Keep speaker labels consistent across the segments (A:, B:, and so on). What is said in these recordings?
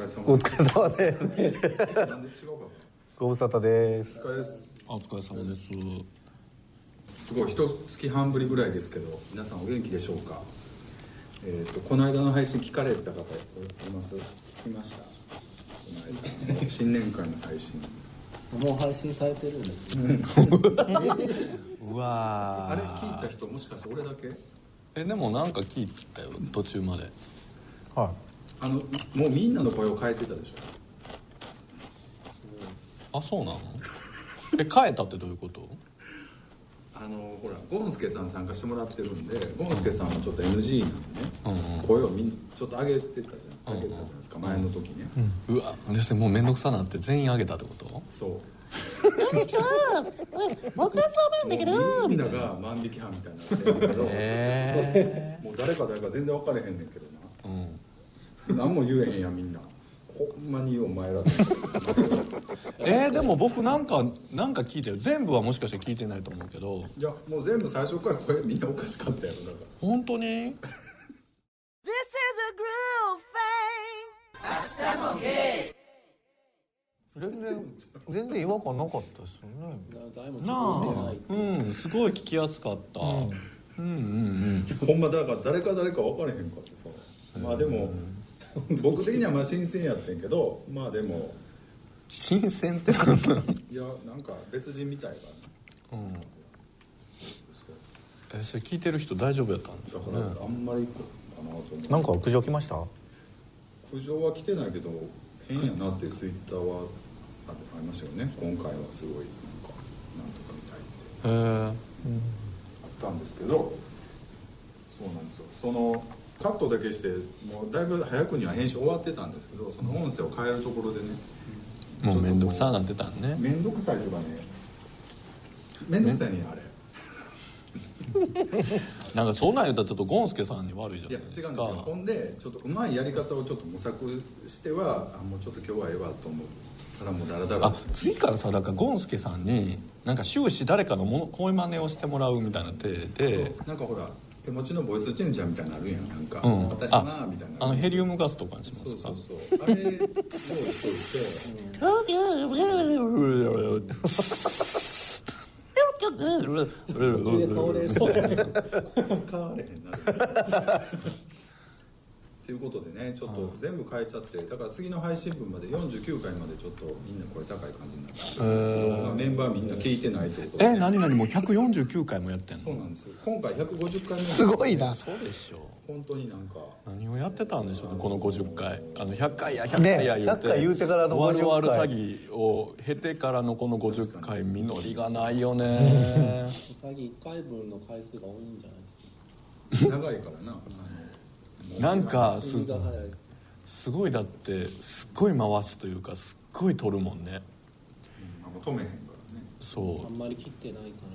A: れ様
B: お疲れ様です
A: なんで違うか
B: ご無沙汰です
A: なお疲れです
C: お疲れ様です
A: すごい一月半ぶりぐらいですけど皆さんお元気でしょうかえっ、とこの間の配信聞かれた方います聞きましたこの間の新年会の配信
D: もう配信されてるんですね
C: う
A: あ
C: わ
A: れ
C: ー
A: 聞いた人もしかして俺だけ
C: えでもなんか聞いたよ途中まで
B: は
A: あのもうみんなの声を変えてたでしょ
C: あそうなのえ変えたってどういうこと
A: あのほらゴンスケさん参加してもらってるんでゴンスケさんもちょっと NG なんでね、
C: うんうん
A: 声をみんちょっと上げてたじゃん上げてたじゃないですか、前の時ね、
C: うわですねもう面倒くさなって全員あげたってこと
A: そう
E: でしょ僕はそうなんだけど
A: みんなが万引き犯みたいになってるけど、
C: へ
A: もう誰か誰か全然分かれへんねんけど
C: えうん
A: な何も言えへんやみんなほんまにお前らって
C: えーでも僕なんかなんか聞いたよ全部はもしかして聞いてないと思うけど
A: いやもう全部最初から声みんなおかしかったやろだから
C: 本当に
F: This is a groove thing.
B: 全然全然違和感なかったですよね
D: 誰も
C: なあうんすごい聞きやすかった、うん、うんうん
A: ほんまだから誰か誰か分かれへんかってさまあでも僕的にはまあ新鮮やってんけどまあでも
C: 新鮮ってなんだ
A: いやなんか別人みたい
C: うんえそれ聞いてる人大丈夫やったんです
A: だ
C: か
A: だ
C: ね
A: からあんまりかなと思う
B: なんか苦情来ました
A: 苦情は来てないけど変やなっていうツイッターはあありましたよね今回はすごいなんかなんとかみたいって
C: へえ
A: あったんですけどそうなんですよそのカットだけしてもうだいぶ早くには編集終わってたんですけどその音声を変えるところでね
C: もう面倒くさなってたんね
A: 面倒くさいというかね面倒くさいねあれ
C: なんかそんなん言ったらちょっとゴンスケさんに悪いじゃ
A: い
C: な
A: や
C: い
A: 違うん
C: で
A: です
C: す
A: よほんでち
C: か
A: ょっとうまいやり方をちょっと模索してはあもうちょっと今日はええわと思ったらもうダラダラ
C: あ次からさだからゴンスケさんになんか終始誰かのもの声真似をしてもらうみたいな手で
A: なんかほら手持ちのボイスチェンジャーみたいなのあるやんなんか、
C: うん
A: 私な
C: あ
A: みたいな
C: あのヘリウムガスとかにしま
A: そう
C: す
A: そ
C: か
A: うそうあれ用意しといて
D: 途中で倒れそうやね
A: 使われへんな っていうことでねちょっと全部変えちゃってだから次の配信分まで49回までちょっとみんな声高い感じになってるんですけどメンバーみんな聞いてないということで
C: え何何もう149回もやってん
A: そう
C: の
A: なんですよ今回150回目
B: すごいな
C: そうでしょ
A: 本当になん か
C: 何をやってたんでしょうねこの50回あの100回や100回や
B: ね
C: 言うて,、
B: 100回言うてからの
C: 終わり終わ
B: 50回
C: る詐欺を経てからのこの50回実りがないよね
D: 最近1回分の回数が多いんじゃないですか
A: 長いからなあの
C: なんかす
D: 耳が早い
C: すごいだってすっごい回すというかすっごい取るもんね
A: もう止めへんからね
C: そ
D: あんまり切ってないか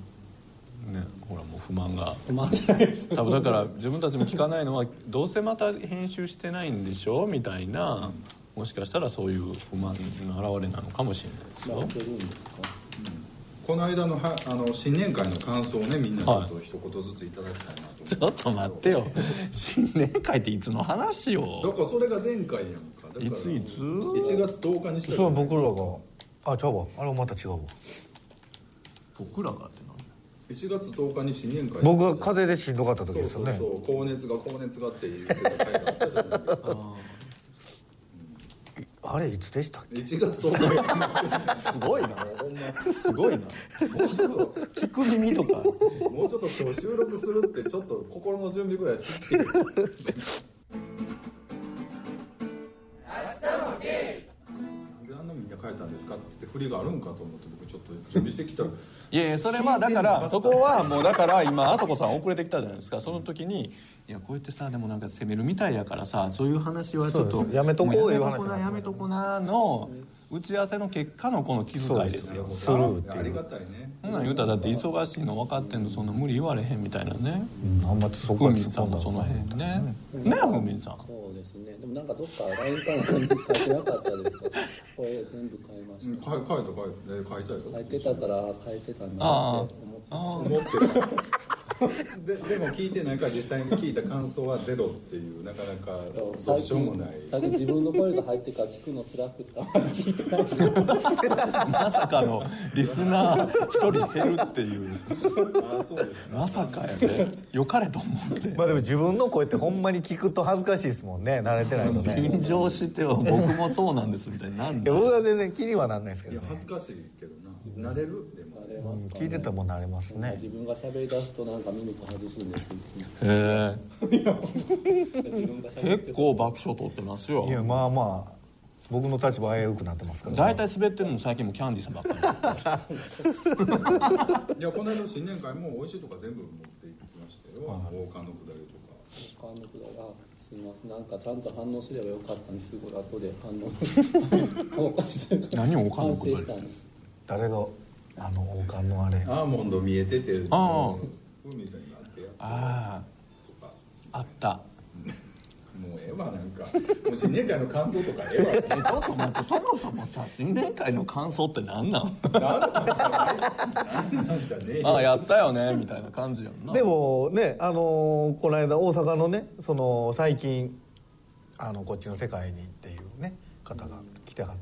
C: うねほらもう不満が
D: らまあじゃないです
C: 多分だから自分たちも聞かないのはどうせまた編集してないんでしょみたいなもしかしたらそういう不満の表れなのかもしれないです
D: まあ
C: よ
D: いけるんですか
A: この間のはあの新年会の感想をねみんなちょっと一言ずついただきたいなと思
C: ちょっと待ってよ新年会っていつの話
A: だ
C: よ
A: からそれが前回やんかだから
C: いついつ
A: 1月10日にした
B: それは僕らがあちゃうわあれはまた違うわ
C: 僕らがって
A: 1月10日に新年会
B: 僕が風邪でしんどかった時
A: そう
B: です
A: そ
B: よ
A: う
B: ね
A: そう高熱が高熱がって言ってた回があったじゃないですか
B: あれいつでしたっけ
A: 1月10日やん
C: すごいなすごいな聞く耳とか
A: もうちょっと今日収録するってちょっと心の準備ぐらいしてるなんであんなみんな書いたんですかって振りがあるんかと思って僕ちょっと準備してきたら
C: いやいやそれはだからそこはもうだから今あそこさん遅れてきたじゃないですかその時にいやこうやってさでもなんか責めるみたいやからさそういう話はちょっ
B: そう
C: と
B: ですやめとこう
C: も
B: いう話
C: やめとこなやめとこなの打ち合わせの結果のこの気遣いですよ
B: スルーって
A: あ
B: い
A: り
B: う
A: がたいね
C: そんなん言うたらだって忙しいの分かってんのそんな無理言われへんみたいなね
B: うんあんまそこ
C: ふ
B: は
C: み
B: 突
C: ん
B: っ
C: さ
B: 込
C: ん
B: んだ
C: も
B: ら
C: その辺ねねふみんさん
D: そうですねでもなんかどっか LINE かなんかに書いてなかったですかこれ全部変えま
A: うん
D: し
A: 書い書いた書いた書いたよ
D: た変えてたから変えてたんだな
C: あ
D: って
C: ああ
D: 思っ
A: 思ってるででも聞いてないから実際に聞いた感想はゼロっていうなかなかどう
D: 最
A: しようもない
D: 近最近自分の声が入ってから聞くの辛くてあんまり聞いてないんで
C: まさかのリスナー一人減るっていう
A: あそうです
C: まさかやねよかれと思って
B: まあでも自分の声ってほんまに聞くと恥ずかしいですもんね慣れてないと ね
C: 緊張しては僕もそうなんですみたいになん
B: いや
C: で
B: 僕は全然気にはなんないですけ
A: い
B: ど
A: や
B: ね
A: 恥ずかしいけどな慣れるでも
D: 慣れますか、
B: 聞いてたらもん慣れますね
D: 自分が喋り出すとなんかミミク外すんですいつ
C: へえ
D: も自分が喋って
C: 結構爆笑取ってますよ
B: いやまあまあ僕の立場危うくなってますから、
C: 大体滑ってるの最近もキャンディーさんばっか
A: いやこの間の新年会も美味しいとか全部持って行きましたよ、あの王冠のくだりとか
D: 他のくだらすいませんなんかちゃんと反応すればよかったんですごい後で反応反応してるか ら
C: 何を他のく
D: 反
C: だり
D: 省したんです
B: 誰があの王冠のあれ
A: アーモンド見えてて海
C: ああ
A: さんになってやっ
C: りあ
A: とか
C: ああった
A: もうええわなんかもう新年会の感想とかええ
C: えちょっと待ってそもそもさ新年会の感想って何なん
A: わなんなんじゃないなんなんじゃねえよ
C: ああやったよねみたいな感じやんな
B: でもねあのーこの間大阪のねその最近あのこっちの世界にっていうね方が来てはっ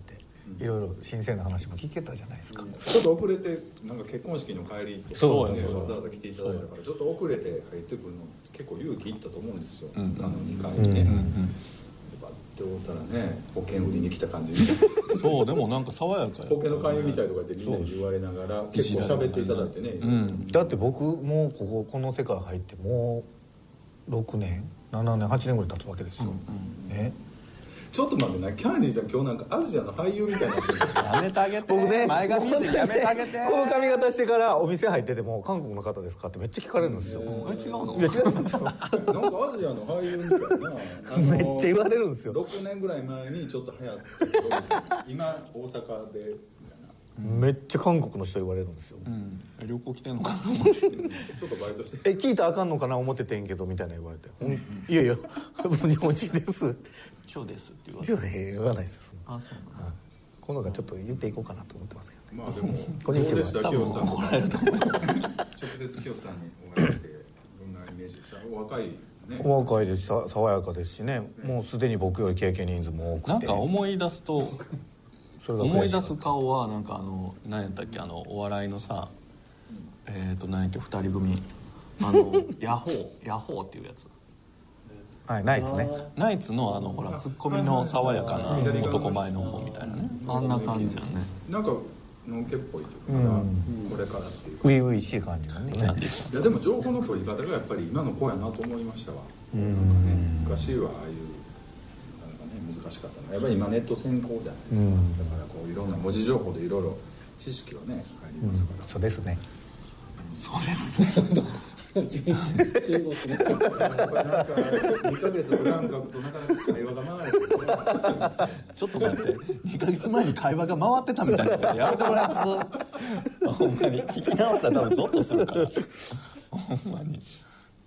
B: て、いろいろ新鮮な話も聞けたじゃないですか、
A: ちょっと遅れてなんか結婚式の帰りとか
C: そう
A: ね
C: そうそう
A: わざわざ来ていただいたからちょっと遅れて入ってくるの結構勇気いったと思うんですよ、あ
C: ん
A: の2回ね、
B: うん
A: バッておったらね保険売りに来た感じ
C: そうでもなんか爽やかや
A: 保険の勧誘みたいとかってみんなに言われながら結構喋っていただいてね、
C: うん
B: だって僕もうこここの世界入ってもう6年7年8年ぐらい経つわけですよ、ね
A: ちょっと待ってなキャンディーちゃん今日なんかアジアの俳優みたいな
C: やめてあげて
B: 僕ね
C: 前髪ってやめてあげて
B: この髪型してからお店入ってても韓国の方ですかってめっちゃ聞かれるんですよ、
C: あれ違うの
B: いや違うんですよ
A: なんかアジアの俳優みたいな
B: めっちゃ言われるんですよ
A: 6年ぐらい前にちょっと流行ったけど今大阪でみたいな
B: めっちゃ韓国の人言われるんですよ、
C: うん旅行来てんの かな
A: ちょっとバイトして
B: え聞いたらあかんのかな思っててんけどみたいな言われて「ほんいやいや日本人です」
C: 今日ですって言われ
B: いや言わないですよそんな
C: あそうなの
B: このがちょっと言っていこうかなと思ってますけどね
A: まあでも
B: こんに
A: ど
B: ちは
A: うでした
C: 多
A: 清
C: 分
A: さん
C: 怒られると思う
A: 直接清さんにお会いしてどんなイメージでしたお若いね
B: お若いですしさ爽やかですしねもうすでに僕より経験人数も多くて
C: なんか思い出すと
B: それが
C: 思
B: 悔
C: い出
B: しか
C: す顔はなんかあの何やったっけあのお笑いのさえっと何やっけ2人組あの ヤホーヤホーっていうや
B: っ
C: つ
B: たはいないですね
C: ナイツのあのほらツッコミの爽やかな男前の方みたいなねあんな感じやね
A: なんかのんけっぽいというか、これからっていうか
B: 初々しい感じがね
A: いやでも情報の取り方がやっぱり今の子やなと思いましたわ
B: うん
A: 昔はああいうなかなかね難しかったのやっぱり今ネット先行じゃないですか、
B: うん
A: だからこういろんな文字情報でいろいろ知識はね入りますから、
B: そうですね
C: そうですね
D: 急に中国の
A: なんか2ヶ月ブランク空くとなかなか会話が回らないですね
C: ちょっと待って2ヶ月前に会話が回ってたみたいなことやめてもらえますほんまに聞き直したら多分ゾッとするからほんまに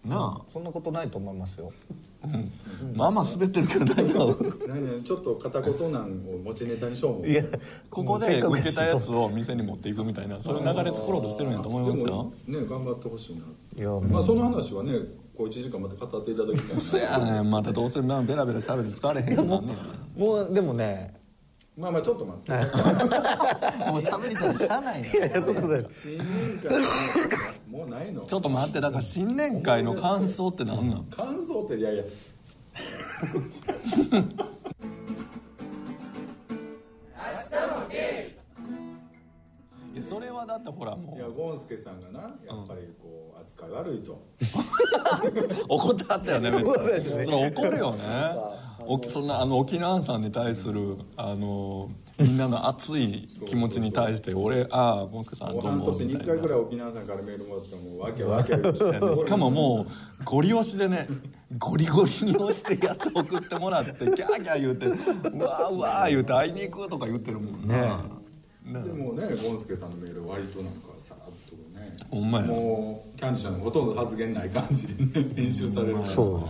C: な
B: そんなことないと思いますよ
C: あまあまあ滑ってるけど大丈夫
A: 何々ちょっと片言なんを持ちネタにしようもん
B: いや
C: ここで受けたやつを店に持っていくみたいなそういう流れ作ろうとしてるんやと思いま
A: で
C: すよ
A: もね頑張ってほしいない
B: や
A: まあその話はねこう1時間また語っていただきたいな
C: そやねんまたどうせなベラベラ喋って疲れへんからね
B: もうでもね
A: まあまあちょっと待って、
C: もう喋りたいしゃあない
B: いやいやそんなことないです
A: 新年会はもうないの
C: ちょっと待ってだから新年会の感想って何なん
A: 感想っていやいや
C: いやそれはだってほらも
A: いや
C: う
A: ゴンスケさんがなやっぱりこう扱い悪いと、
C: 怒ってはったよねめっち
B: 怒ってました
C: ゃ
B: ね
C: それ怒るよねおそんなあの沖縄さんに対するあのみんなの熱い気持ちに対して俺ああゴンスケさん
A: もう
C: どう
A: 半
C: も
A: 年
C: み
A: に
C: た
A: 1回
C: い
A: ぐらい沖縄さんからメールもらってもうわけわ けわけ
C: なしかももうゴリ押しでねゴリゴリに押してやっと送ってもらってキャーキャー言うてうわーうわー言うて会いに行くとか言ってるもんなな
A: でもねゴンスケさんのメール割となんかさらっとね
C: ほんまや
A: もうキャンディちゃんのほとんど発言ない感じでね編集されるから
B: そう
A: っ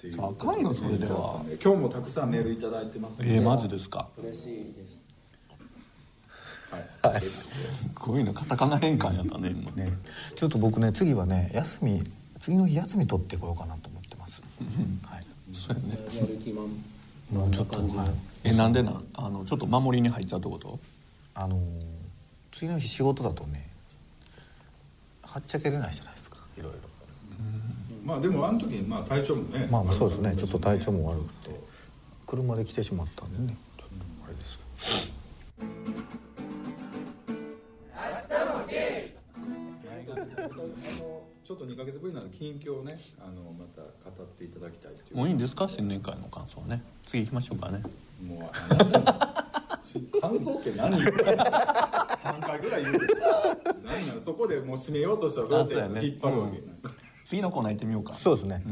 A: ていう
C: あかんよそれでは
A: 今日もたくさんメールいただいてます
C: えーマジですか
D: 嬉しいです
A: はい
C: ごいなカタカナ変換やったね今ね
B: ちょっと僕ね次はね休み次の日休み取ってこようかなと思ってます、はい、
C: そうやね
D: やる気満
B: もうちょっと、
D: こんな感じの
B: はい、
C: えなんでなんあのちょっと守りに入っちゃうってこと
B: あのー次の日仕事だとねはっちゃけれないじゃないですかいろい
A: まあでもあの時にまあ体調もね
B: ろまあまあそうですねちょっと体調も悪くて車で来てしまったんでねちょっとあれですけど
A: ちょっと2か月ぶりなので近況をねあのまた語っていただきたいっていう
C: もういいんですか新年会の感想はね次行きましょうかね
A: もうあなたの感想って何 よ三回ぐらい言うてる何なのそこでもう締めようとしたらどうやって
C: あそうやね
A: 引っ張るわけ、
C: う次のコーナー行ってみようか
B: そうですね、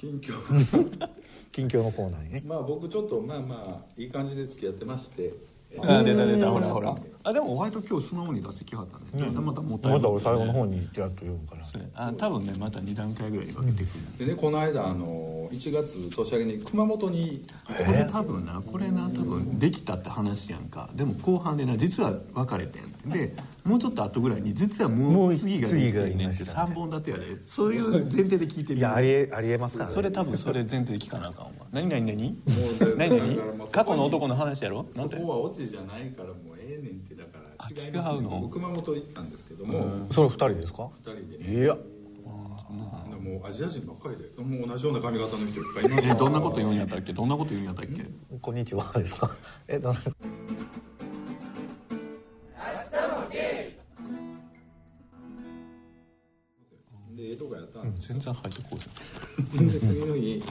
A: 近況
B: 近況のコーナーにね
A: まあ僕ちょっとまあまあいい感じで付き合ってまして
C: あ出た出たほらほらあでも割と今日素直に出してきはったね、またもったい
B: ま
C: ぶ
B: だ俺最後の方にちらっと読むから
C: そうやあ多分ねまた2段階ぐらいに分けてくる、
A: でねこの間あの1月年明けに熊本に
C: これ多分なこれな多分できたって話やんかでも後半でな実は別れてんってでもうちょっと後ぐらいに実はも
B: も
C: う
B: う
C: 次が
B: 次
C: でき
B: が
C: てんねんって
B: いました
C: 3本立てやでそういう前提で聞いてる
B: いやありえありえますからね
C: それ多分それ前提で聞かなあかんわ何何何
A: もうだ
C: 何
A: だからもう
C: 何
A: そこに
C: 過去の男の話やろな
A: そ
C: んて
A: こはオチじゃないからもうええねんってだから
C: あ
A: 違います
C: 違うの
A: 僕熊本行ったんですけども、
B: それ二人ですか
A: 二人で
B: いや
A: もうアジア人ばっかりでもう同じような髪型の人いっぱいいまし
C: え
A: た
C: どんなこと言うんやったっけどんなこと言うんやったっけ
B: こんにちはですか えなん
A: で江戸川やったんです
C: 全然入ってこい
A: で次の日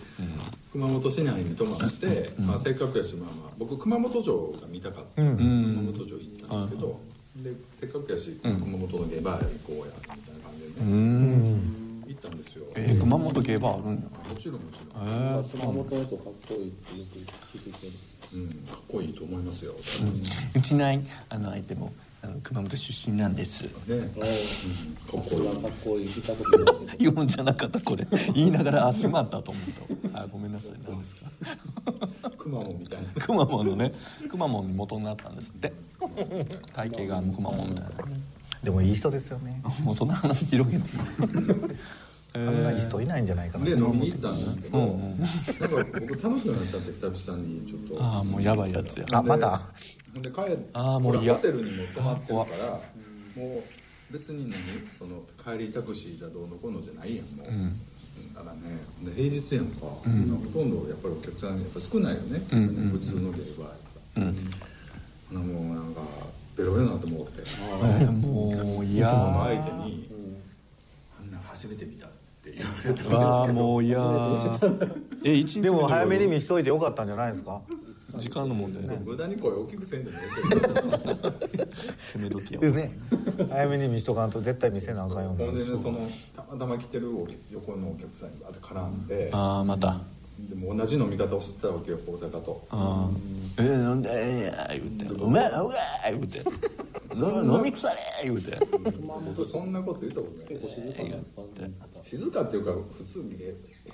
A: 熊本市内に泊まって、まあ、せっかくやし、まあまあ、僕熊本城が見たかった、
B: うん
A: 熊本城行ったんですけど、でせっかくやし
C: うん
A: 熊本のゲバー行こうやみたいな感じで
C: う
A: ね、
C: ん
A: 行ったんですよ
C: えー熊本競馬あるんや
A: もちろんもちろん、
C: え
D: 熊本の人かっこいいってよく聞くけど
A: うん、かっこいいと思いますよ、
C: うちないあの相手もあの熊本出身なんです
A: ねか
D: おー
A: っこいい
D: そんなかっこいい見たことないけ ど
C: 読んじゃなかったこれ言いながらあしまったと思ったあごめんなさい何ですか
A: 熊本みたいな
C: くまモンのねくまモンに元になったんですって体型がくまモンみたい
B: でもいい人ですよね
C: なもうそんな話広げて
B: あんないい人いないんじゃないかな
A: で
B: と
A: 飲
B: 思
A: み
B: っ
A: に
B: て
A: 行ったんですけど、なんか僕楽しくなったって久々にちょっと
C: ああもうやばいやつや
B: あまた
A: ほんで帰って
C: あーも
A: ほ
C: う
A: ら
C: いや
A: ホテルにも泊まってるからもう別に何その帰りタクシーだどうのこうのじゃないやんもう、
C: ん
A: だからねで平日やんか、ほとんどやっぱりお客さんやっぱ少ないよね、
C: うんうんうん
A: 普通のゲーバーや
C: うん
A: から、ほなもうなんかベロベロになってもうて
C: えーもうい
A: いつも
C: や
A: の
C: ー
A: 相手に「あんなん初めて見た」って言われたんですけ
C: ああ
A: ど
C: もういやーえ一日目
B: でも早めに
C: の
B: 見しといてよかったんじゃないですか
C: 時間の問題
A: 無駄に声大きくせんでもええけど
C: 攻め時や
B: ですね早めに見しとかんと絶対見せなあかんよう
A: ほんで
B: に
A: ねそのたまたま来てるお横のお客さんにバーって絡んで
C: ああまた
A: でも同じ飲み方をしてたわけよ大阪と
C: ああえー飲んだらええんや言うて「うまいうわー」言うて「飲飲み腐れ」言うて
A: 僕そんなこと言ったことない
D: 結構静かなんですか見方
A: 静かっていうか普通に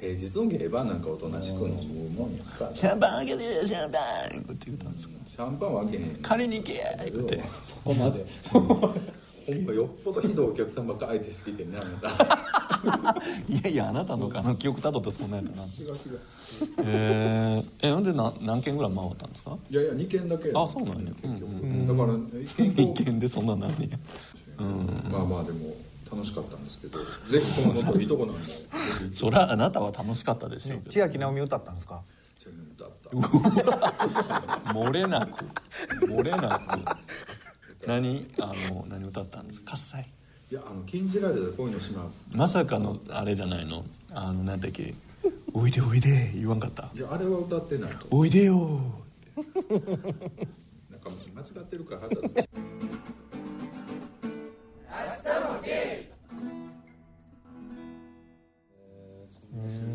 A: 平日のゲーバーなんかおとなしく飲むもんやから
C: 「シャンパン開けてよシャンパン」言うて言うたんですけど
A: シャンパンは開けへん
C: 「借りに行け」言うて
D: そこまで
A: ほんまよっぽどひどいお客さんばっか相手してきてんねあなた
C: いやいやあなたのかの記憶たどってそんなんやったな
A: 違う違う
C: えー、えほんでな何件ぐらい回ったんですか
A: いやいや2件だけ
C: あそうなんや
A: 結局だから1件
C: 一
A: 交換
C: 件でそんな何人
A: まあまあでも楽しかったんですけどぜひこの元いいとこなんでぜひ
C: そらあなたは楽しかったでしょうけ
B: 千秋直美歌ったんですか
A: チャンネルだった
C: ど漏れなく漏れなく何あの何歌ったんですか喝采
A: いやあの禁じられた恋の島
C: まさかのあれじゃないのあの何だっけ「おいでおいで」言わんかった
A: いやあれは歌ってないと
C: 「おいでよ
A: なんか間違ってるから腹立つ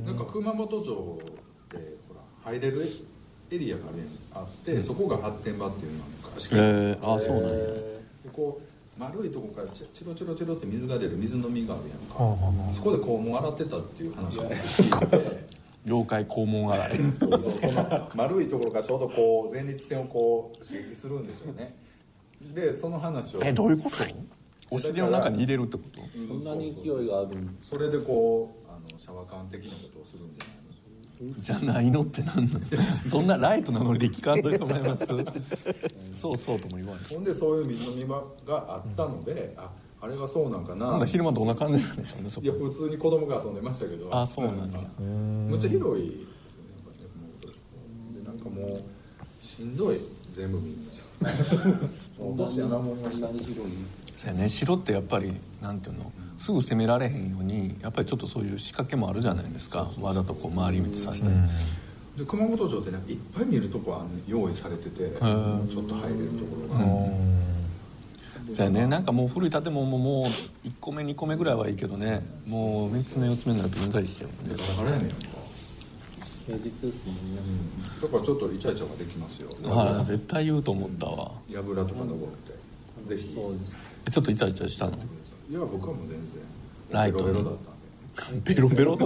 A: なんか熊本城ってほら入れるエリアがねあって、そこが発展場っていうのなんか」し
C: え
A: かも
C: ー、あそうなんや
A: こう丸いとこからチチロチロチロって水が出る水の実があるやんか、
B: はあはあはあ
A: そこでこうもう洗ってたっていう話を聞い て
C: 妖怪肛門洗 い
A: そうそうその丸いところがちょうどこう前立腺をこう刺激するんでしょうねでその話を
C: えどういうことお尻の中に入れるってこと
D: そんなに勢いがあるん
A: それでこうあのシャワー缶的なことをするんじゃないの
C: じゃないのってなん のそんなライトなノリで聞かんといてもらいます そうそうとも言わない
A: ほんでそういう水飲み場があったので、ああれがそうなんかな
C: なんだ昼間どんな感じなんでしょうねそ
A: いや普
C: こ
A: 通に子供が遊んでましたけど
C: あそうなんや
A: かむっちゃ広いですよねやっぱねもうでなんかもうしんどい全部みんな もう年穴も
D: そ
A: さ
D: ん
A: し
D: なに広い
C: そうやね城ってやっぱりなんていうのすぐ攻められへんようにやっぱりちょっとそういう仕掛けもあるじゃないですかわざとこう回り道させたり
A: で熊本城ってなんかいっぱい見るとこは用意されててちょっと入れるところが、
C: そうやねなんかもう古い建物ももう1個目2個目ぐらいはいいけどねもう3つ目4つ目になるとうんざりしてるもん
A: だ
C: ね
A: からやねんか
D: 平日ですもんね
A: だからちょっとイチャイチャができますよ
C: ああ絶対言うと思ったわ
A: やぶらとか登って、ぜひ
D: そうです
C: えちょっとイタイタしたの
A: いや僕はもう全然
C: ライ
A: ベ
C: トね
A: ロベロだったんで
C: ベロベロって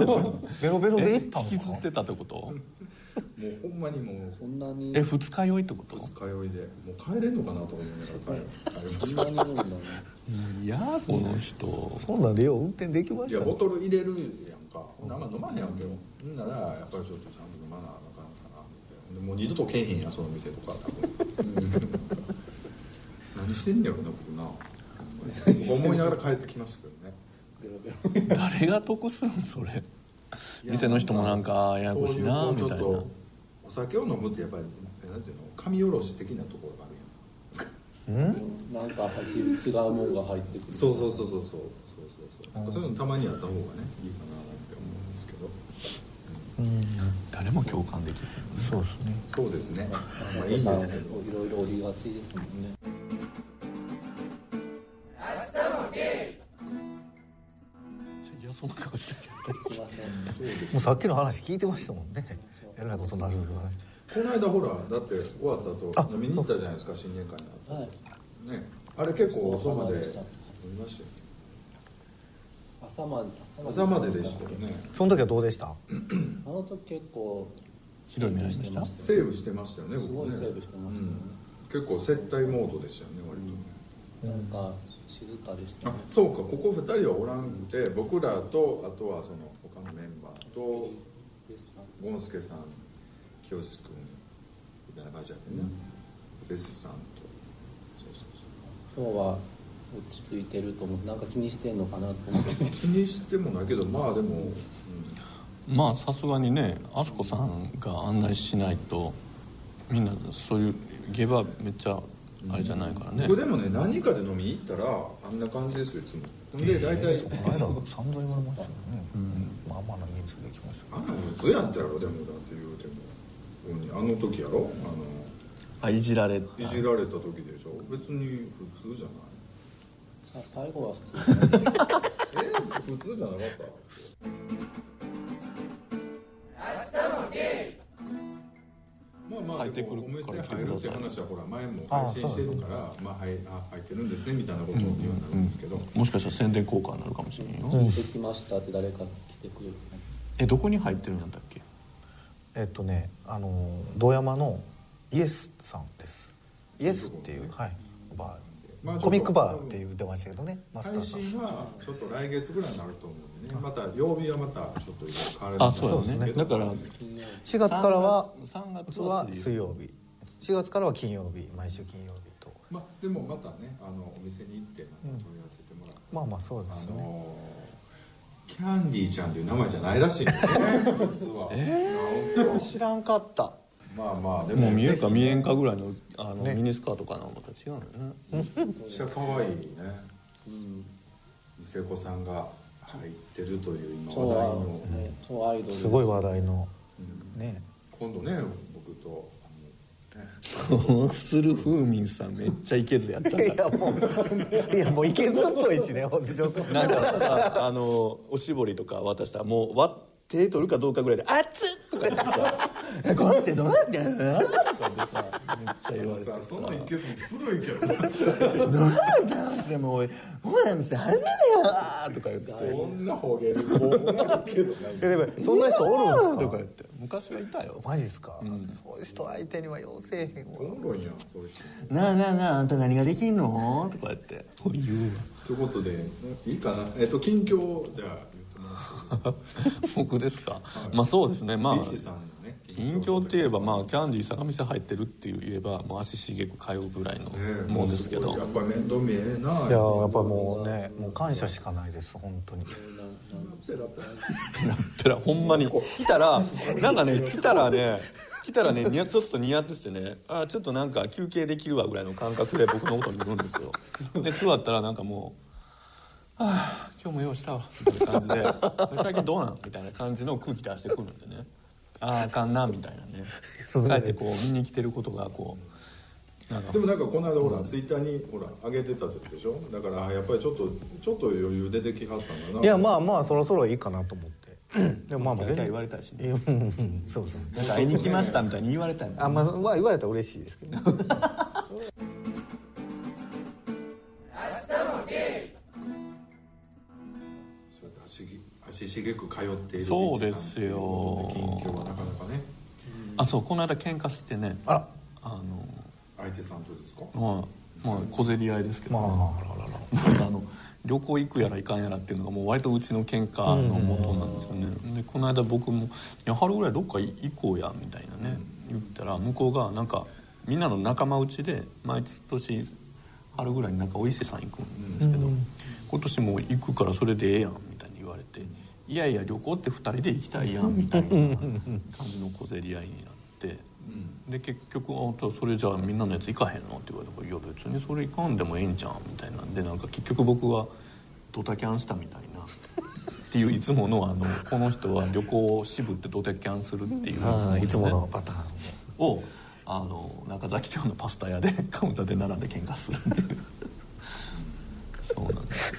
B: ベロベロで行った
C: 引
B: の
C: きずっ
B: か
C: てたってこと
A: もうほんまにもう
D: そんなに
C: え二日酔いってこ
A: 二
C: と
A: 日酔いでもう帰れんのかなと思いながら帰る帰りま
D: そん
A: し
D: なに
A: た
D: 多いんだね
C: いやーこの人
B: なそんなんでよう運転できま
A: い
B: し
A: や
B: た
A: ボ
B: ね
A: トル入れるやんか生飲まへんやんけどほんならやっぱりちょっとちゃんと飲まなあかんかなってでもう二度とけえへんやその店とか多分うん 何してんねやろな僕なほんまに思いながら帰ってきましたけどね
D: ベロベロ
C: 誰が得するんそれ店の人もなんかややこしいな
A: そうう
C: み
A: こ
C: た
A: う
C: い
A: ち
C: な
A: ょっとお酒を飲むってやっぱりなんていうの神おろし的なところがあるやん
D: なんか走る違うもんが入ってくる
A: そうそうそうそうそうそうそうそうなんかそういうのたまにやった方がねいいかなって思うんですけど
B: うん
C: 誰も共感できる
B: そうですね
A: そうですねまあい
D: い
A: いん
D: ろ
A: ですけど
D: いろおりがちですもんね
C: いやそんな顔して
D: 行きましょう
B: もうさっきの話聞いてましたもん ねえらいことになる話
A: この間ほらだって終わった
B: あ
A: 後飲みに行ったじゃないですか新年会の後
D: はい、
A: ねあれ結構
D: そ
A: 遅
D: う
A: まで
D: そうでした
A: 飲みましたよ
D: 朝まで
A: 朝まででしたよね
B: その時はどうでした
D: あの時結構
C: 白い目ありました
A: セーブしてましたよね
D: すご
A: 僕
D: い
A: ね
D: セーブしてましたよね
A: うん結構接待モードでしたよね割とね
D: なんか静かでした
A: あ
D: ね
A: そうかここ二人はおらんくて僕らとあとはその他のメンバーと
D: ですか
A: ゴンスケさん、清志君、ダバジャでね、ベスさんと、そうそう
D: 今日は落ち着いてると思ってなんか気にしてんのかなと思って
A: そう。気にしてもないけど、まあでも、うん、
C: まあさすがにねあそこさんが案内しないとみんなそういうゲバめっちゃあれじゃないからね、
A: 僕でもね、何かで飲みに行ったら、あんな感じですよ、いつも。ほんで、大体、
B: あれだ散々言われましたよね、まあまあな人数で来ました
A: あんな普通やったやろ、でも、だって言うても。ほんにあの時やろ、
C: あいじられ
A: あの、いじられた時でしょ、別に普通じゃない。
D: さ最後は普通に
A: え普通じゃなかったまあまあ
C: 入ってく
A: で
C: る
A: もお店
C: から来てください
A: 入るって話はほら前も配信してるからまあはいあ入ってるんですねみたいなことにはなるんですけど、
C: もしかしたら宣伝効果になるかもしれんよ、
D: できましたって誰か来てくれる
C: えどこに入ってるんだったっけ
B: えっとねあの堂山のイエスさんですイエスっていうはいバー、
A: まあちょっと
B: コミックバーって言ってましたけどねマスタ
A: 配
B: ーさん
A: 信はちょっと来月ぐらいになると思うんでねまた曜日はまたちょっといろいろ変わる
C: あそう
A: で
C: だ
A: す
C: ね
A: けど
C: だから
D: 金曜
B: 4月からは
C: 3月
B: 月
C: は
B: は
C: 水
B: 水曜日4月からは金曜日毎週金曜日と
A: まあでもまたねあのお店に行ってまた問い合わせてもらって、
B: まあまあそうです
A: あ
B: よね
A: のーキャンディーちゃんという名前じゃないらしいんでね実は、なんか
C: 知らんかった
A: まあまあで
C: もう見えるか見えんか
A: ぐ
C: ぐらいのあの、
B: ね
C: ミニスカートかなまた違うのね
A: めっちゃ可愛いね
D: 日うん
A: 店子さんが入ってるという今
D: 超
A: 話題
D: アイ
A: の、
D: ドルね超アイドル
B: すごい話題の
A: うん
B: ね
A: 今度ね僕とあのね
C: どうする風民さんめっちゃいけずやった
B: いやも ういやもういけずっぽいしねほんでちょっと
C: ななんかさあのおしぼりとか渡したらもう割って取るかどうかぐらいで「熱っ!」とか言ってさ「この店どうなってんの?」とかってさめっちゃ言われて
A: さ
C: さ
A: そんなんいけそう古いけど
C: どうなんだマジでもうお前の店初めてやとか言って
A: そんな方言もうないけどなんか
B: えでもそんな人おるんす
C: とか
B: か
C: 言って昔はいたよ
B: マジっすか、そういう人相手には要せえへん
A: お
B: わ
A: もろいやんそういう人
C: 「なあなあなああんた何ができんの?」とか言って「言う
A: ということでいいかなえっと近況をじゃあ言ってもらっていいですか
C: 僕ですか、まあそうですねまあ
A: リッチさんのね
C: 近況って言えばまあキャンディー坂店入ってるって言えばもう足しげく通うぐらいの
A: ね
C: もんですけど、
A: やっぱ面倒見えねえない
B: やーやっぱもうねもう感謝しかないです本当に
C: ペラッペラほんまに来たらなんかね来たらね来たらねにやちょっとニヤッとしてねあーちょっとなんか休憩できるわぐらいの感覚で僕のこと見るんですよで座ったらなんかもう「ああ今日も用したわ」みたいな感じで「最近どうなん?」みたいな感じの空気出してくるんでねあああかんなみたいなね
B: そう
C: 帰ってこう見に来てることがこうなんか
A: でもなんかこの間ほら、ツイッターにほら上げてたでしょだからやっぱりちょっとちょっと余裕出てきはったんだない
B: いやまあまあそろそろいいかなと思ってでもまあまあ
C: キャーキャー言われたいしね
B: 全然いやうんうんそうそう
C: なんか会いに来ましたみたいに言われたんだ
B: あまあまあ言われたら嬉しいですけど
A: そうやって足ぎ足しげく通っている
C: そうですよ
A: 近況はなかなかね
C: あそうこの間喧嘩してね
B: あら
C: あの
A: 相手さんとですか
C: まあ、まあ小競り合いですけど、
B: まあ
C: あ、の旅行行くやら行かんやらっていうのがもう割とうちの喧嘩の元なんですよね、でこの間僕も「いや春ぐらいどっか行こうや」みたいなね言ったら向こうがなんかみんなの仲間内で毎年春ぐらいになんかお伊勢さん行くんですけど、今年も行くからそれでええやんみたいに言われて「いやいや旅行って2人で行きたいやん」みたいな感じの小競り合いになって。で結局あ「じゃあそれじゃあみんなのやつ行かへんの?」って言われたから「いや別にそれ行かんでもええんじゃん」みたいなんでなんか結局僕はドタキャンしたみたいなっていういつものあのこの人は旅行を渋ってドタキャンするっていう
B: あーいつもの
C: ね
B: パターン
C: をあの中崎町のパスタ屋でカウンターで並んで喧嘩するっていう そうなんです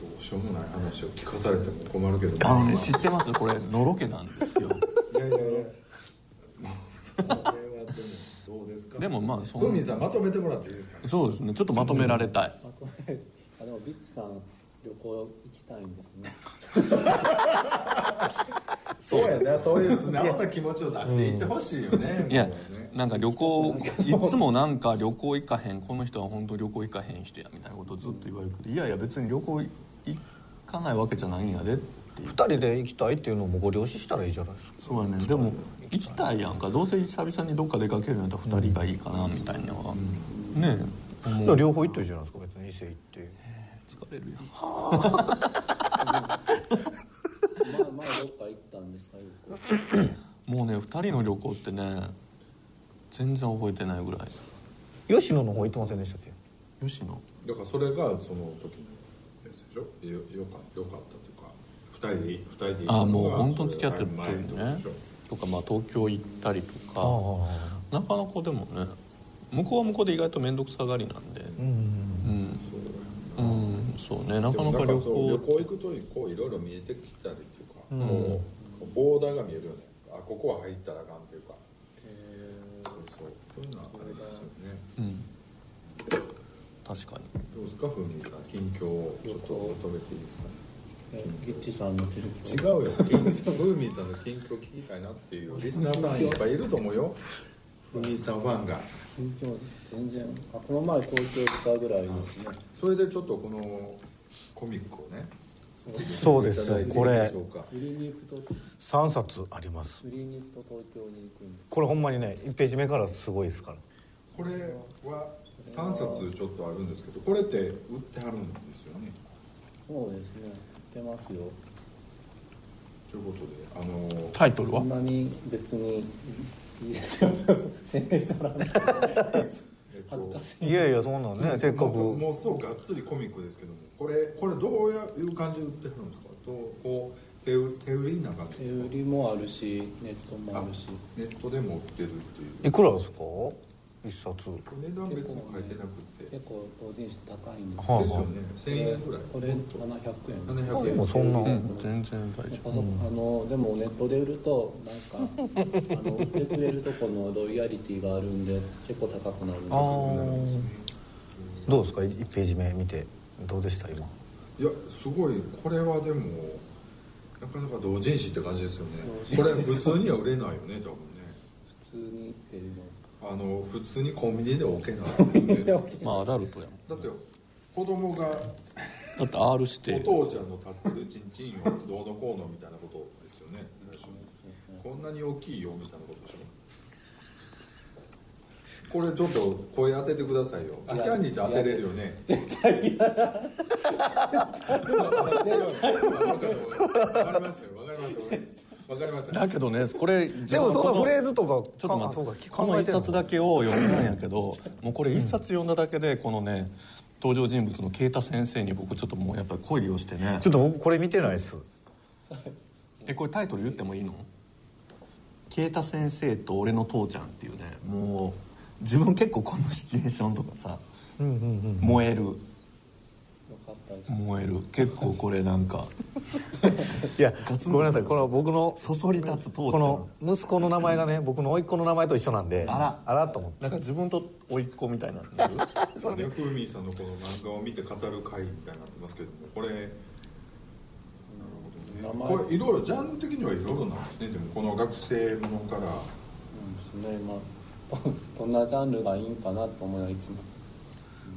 A: どうしようもない話を聞かされても困るけど
C: あのね知ってますこれのろけなんですよ
A: いやいやいやもうそれはでもどうですか
C: でもまあそ
A: グミ
C: う
A: さんまとめてもらっていいですかね
C: そうですねちょっとまとめられたい
D: あとねあでもビッチさん旅行行きたいんですね
A: そうやねそういう素直な気持ちを出していってほしいよね
C: いや
A: もうね
C: なんか旅行いつもなんか旅行行かへんこの人は本当旅行行かへん人やみたいなことをずっと言われるけどいやいや別に旅行行かないわけじゃないんやでっていう
B: 二人で行きたいっていうのもご了承したらいいじゃないですか
C: そうやねんでも行きたいやんかどうせ久々にどっか出かけるんやったら2人がいいかなみたいなのはね
B: だ
C: え
B: から両方行ってるじゃないですか別に伊勢行って
C: 疲れるやん
D: 前前どっか行ったんですか旅行
C: もうね2人の旅行ってね全然覚えてないぐらい
B: 吉野の方行ってませんでしたっけ
C: 吉野
A: だからそれがその時のやつでしょよよかよかったというか二人でい二人でい
C: ああもう本当に付き合ってるっていううねとかまあ東京行ったりとか
B: あ
C: なかなかでもね向こうは向こうで意外と面倒くさがりなんで
B: うん
C: うん、うん、そうねな
A: な
C: か
A: か
C: な
A: な
C: か
A: か旅
C: 旅行
A: 行旅行行くとこういろいろ見えてきたりっていうか、こうボーダーが見えるよねあここは入ったらあかんっていうかそうそうそういうのはありますよね
C: うん確かに
A: どうですかふみさん近況をちょっとまとめていいですかね
D: えビッチさんの旅 行
A: 違うよ近況ムーミンさんの近況聞きたいなっていうリスナーさんいっぱいいると思うよふみさんファンが
D: 近況全然あこの前東京行ったぐらいですね
A: それでちょっとこのコミックをね
B: そうです
A: いただいていい
B: こ
A: で
B: れ
A: しょうか
D: 売りに行くと
B: 3冊あります
D: 売りに行くと東京に行くんで
B: これほんまにね1ページ目からすごいですから
A: これは3冊ちょっとあるんですけどこれって売ってはるんですよね
D: そうですね行ってますよ
A: ということであのー
C: タイトル
D: そ
C: は
D: んなに別にいいですよ宣伝したらね
A: えっと
D: 恥ずかしい
B: いやいやそんなのねせっかく
A: もうもうそうがっつりコミックですけどもこれこれどういう感じで売ってはるんですかとこう手売手売りな感じ
D: 手売りもあるしネットもあるし
A: ネットでも売ってるっていう
B: いくらですか一冊
A: 値段別に書いてなくてで
D: 結構同人誌高いんです
B: は
A: すよね1000円ぐらい
D: これ700円
A: 700円
B: もうそんな、
C: うん、全然大丈
D: パソコンあのでもネットで売るとなんかあの売ってくれるとこのロイヤリティがあるんで結構高くなるんです
B: あーどうですかい一ページ目見てどうでした今
A: いやすごいこれはでもなかなか同人誌って感じですよねこれ普通には売れないよね多分ね
D: 普通にっていうの
A: あの普通にコンビニで置け ない、だって
C: 夫まあアダルトやもん
A: 子供が
C: だって R 指定
A: お父ちゃんの立ってるチンチンをどうのこうのみたいなことですよね最初にこんなに大きいよみたいなことでしょこれちょっと声当ててくださいよあキャンディーちゃん当てれるよね
D: 絶対嫌だ
A: わかりましたよわかりましたよわかりました
C: だけどねこれ
B: でもそのフレーズとか
C: ちょっと待
B: か
C: っ
B: あそ
C: て
B: うか
C: この一冊だけを読んだんやけどもうこれ一冊読んだだけでこのね登場人物の啓太先生に僕ちょっともうやっぱり恋をしてね
B: ちょっと僕これ見てないです
C: えこれタイトル言ってもいいの啓太先生と俺の父ちゃんっていうねもう自分結構このシチュエーションとかさ燃える
D: よかったです
C: 燃える結構これなんか
B: いや
C: ガツン
B: ごめんなさいこの僕の
C: そそり立つ父ち
B: こ
C: ゃ
B: の
C: ん
B: 息子の名前がね僕の甥っ子の名前と一緒なんで
C: あら
B: あらと思って
C: なんか自分と甥っ子みたいになってる
A: そうね、ふうみんさんのこの漫画を見て語る会みたいになってますけどもこれなる
D: 名
A: ほ
D: 前
A: どねこれいろいろジャンル的にはいろいろなんですねでもこの学生ものから
D: うんそれまあ どんなジャンルがいいんかなと思うのはいつも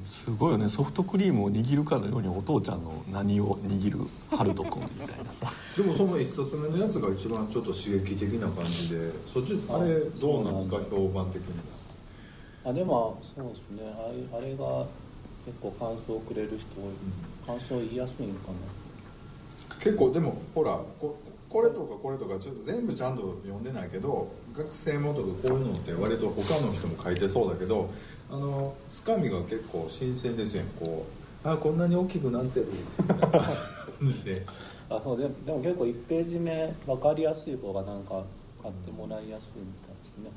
C: すごいよねソフトクリームを握るかのようにお父ちゃんの何を握る春人君みたいなさ
A: でもその一冊目のやつが一番ちょっと刺激的な感じでそっちあれどうなんですか評判的に
D: あでもそうですねあれあれが結構感想をくれる人多い感想言いやすいんかな
A: 結構でもほらここれとかこれとかちょっと全部ちゃんと読んでないけど学生もとかこういうのって割と他の人も書いてそうだけどあのつかみが結構新鮮ですよねこうあこんなに大きくな ってるみたいな感じで
D: あそうでもでも結構1ページ目分かりやすい方がなんか買ってもらいやすいみたいですね、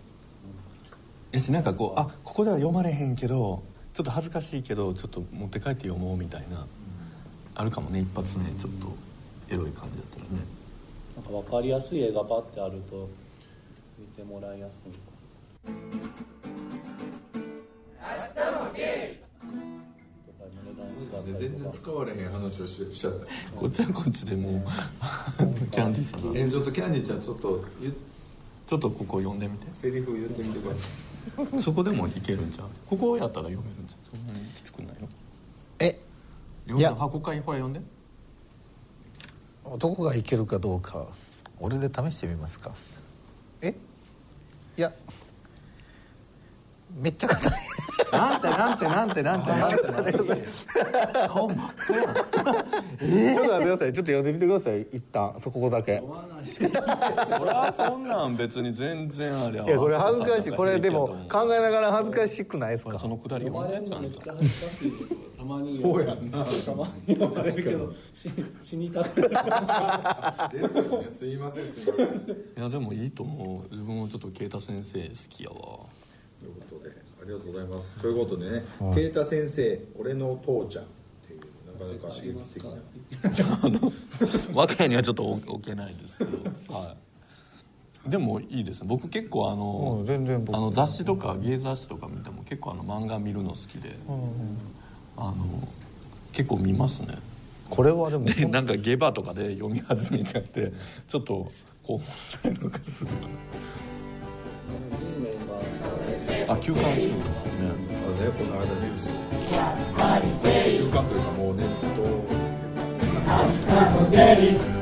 C: やしなんかこうあここでは読まれへんけどちょっと恥ずかしいけどちょっと持って帰って読もうみたいなあるかもね一発目ちょっとエロい感じだったらね
D: なんか分かりやすい絵がバッてあると見てもらいやすいのか
A: 全
D: 明日もゲイとか値段違ったりと
A: 然
D: か
A: 使われへん話をししちゃった
C: こっちはこっちで もうキャンディーさんが
A: 炎上とキャンディーちゃんちょっとゆ
C: ちょっとここ読んでみて
A: セリフ言ってみてください
C: そこでもいけるんちゃうここやったら読めるんちゃうそんなにきつくないよ
B: え
C: 読ん
B: い
C: で
B: や
C: 箱買いほら読んで
B: 男がいけるかどうか俺で試してみますかえいやめっちゃ硬い
C: なんてなんてなんてなんてなんてなんて顔真っ赤や ん
B: ちょっと待ってくださいちょっと読んでみてください一旦そこだけ
C: そりゃそんなん別に全然あれ
B: いやこれ恥ずかしいこれでも考えながら恥ずかしくないですか
C: そのくだり
D: 読ま
C: 読ん
D: れ
C: で
D: る
C: ちゃ
D: の
C: ん
D: めっ
C: と
D: ちゃ恥ずかしいんですよたまにそうやんなたまに読まれるけど死死にたくない
A: ですよねすいませんすいませんとい
C: いやでもいいと思う自分もちょっと啓太先生好きやわ
A: うことでありがとうございますということでね「啓太先生俺の父ちゃん」っていうなかなか刺激的な
C: 若いにはちょっと置けないですけど、はい、でもいいですね僕結構あの,、
B: うん全然僕
C: あの雑誌とか芸雑誌とか見ても結構あの漫画見るの好きで、あの結構見ますね
B: これはでも
C: でなんかゲバとかで読み始めちゃってちょっとこう面白いのがすごい
D: 面が
C: あ休館するんですね
A: あのね、この間ニュース休館というかもうネット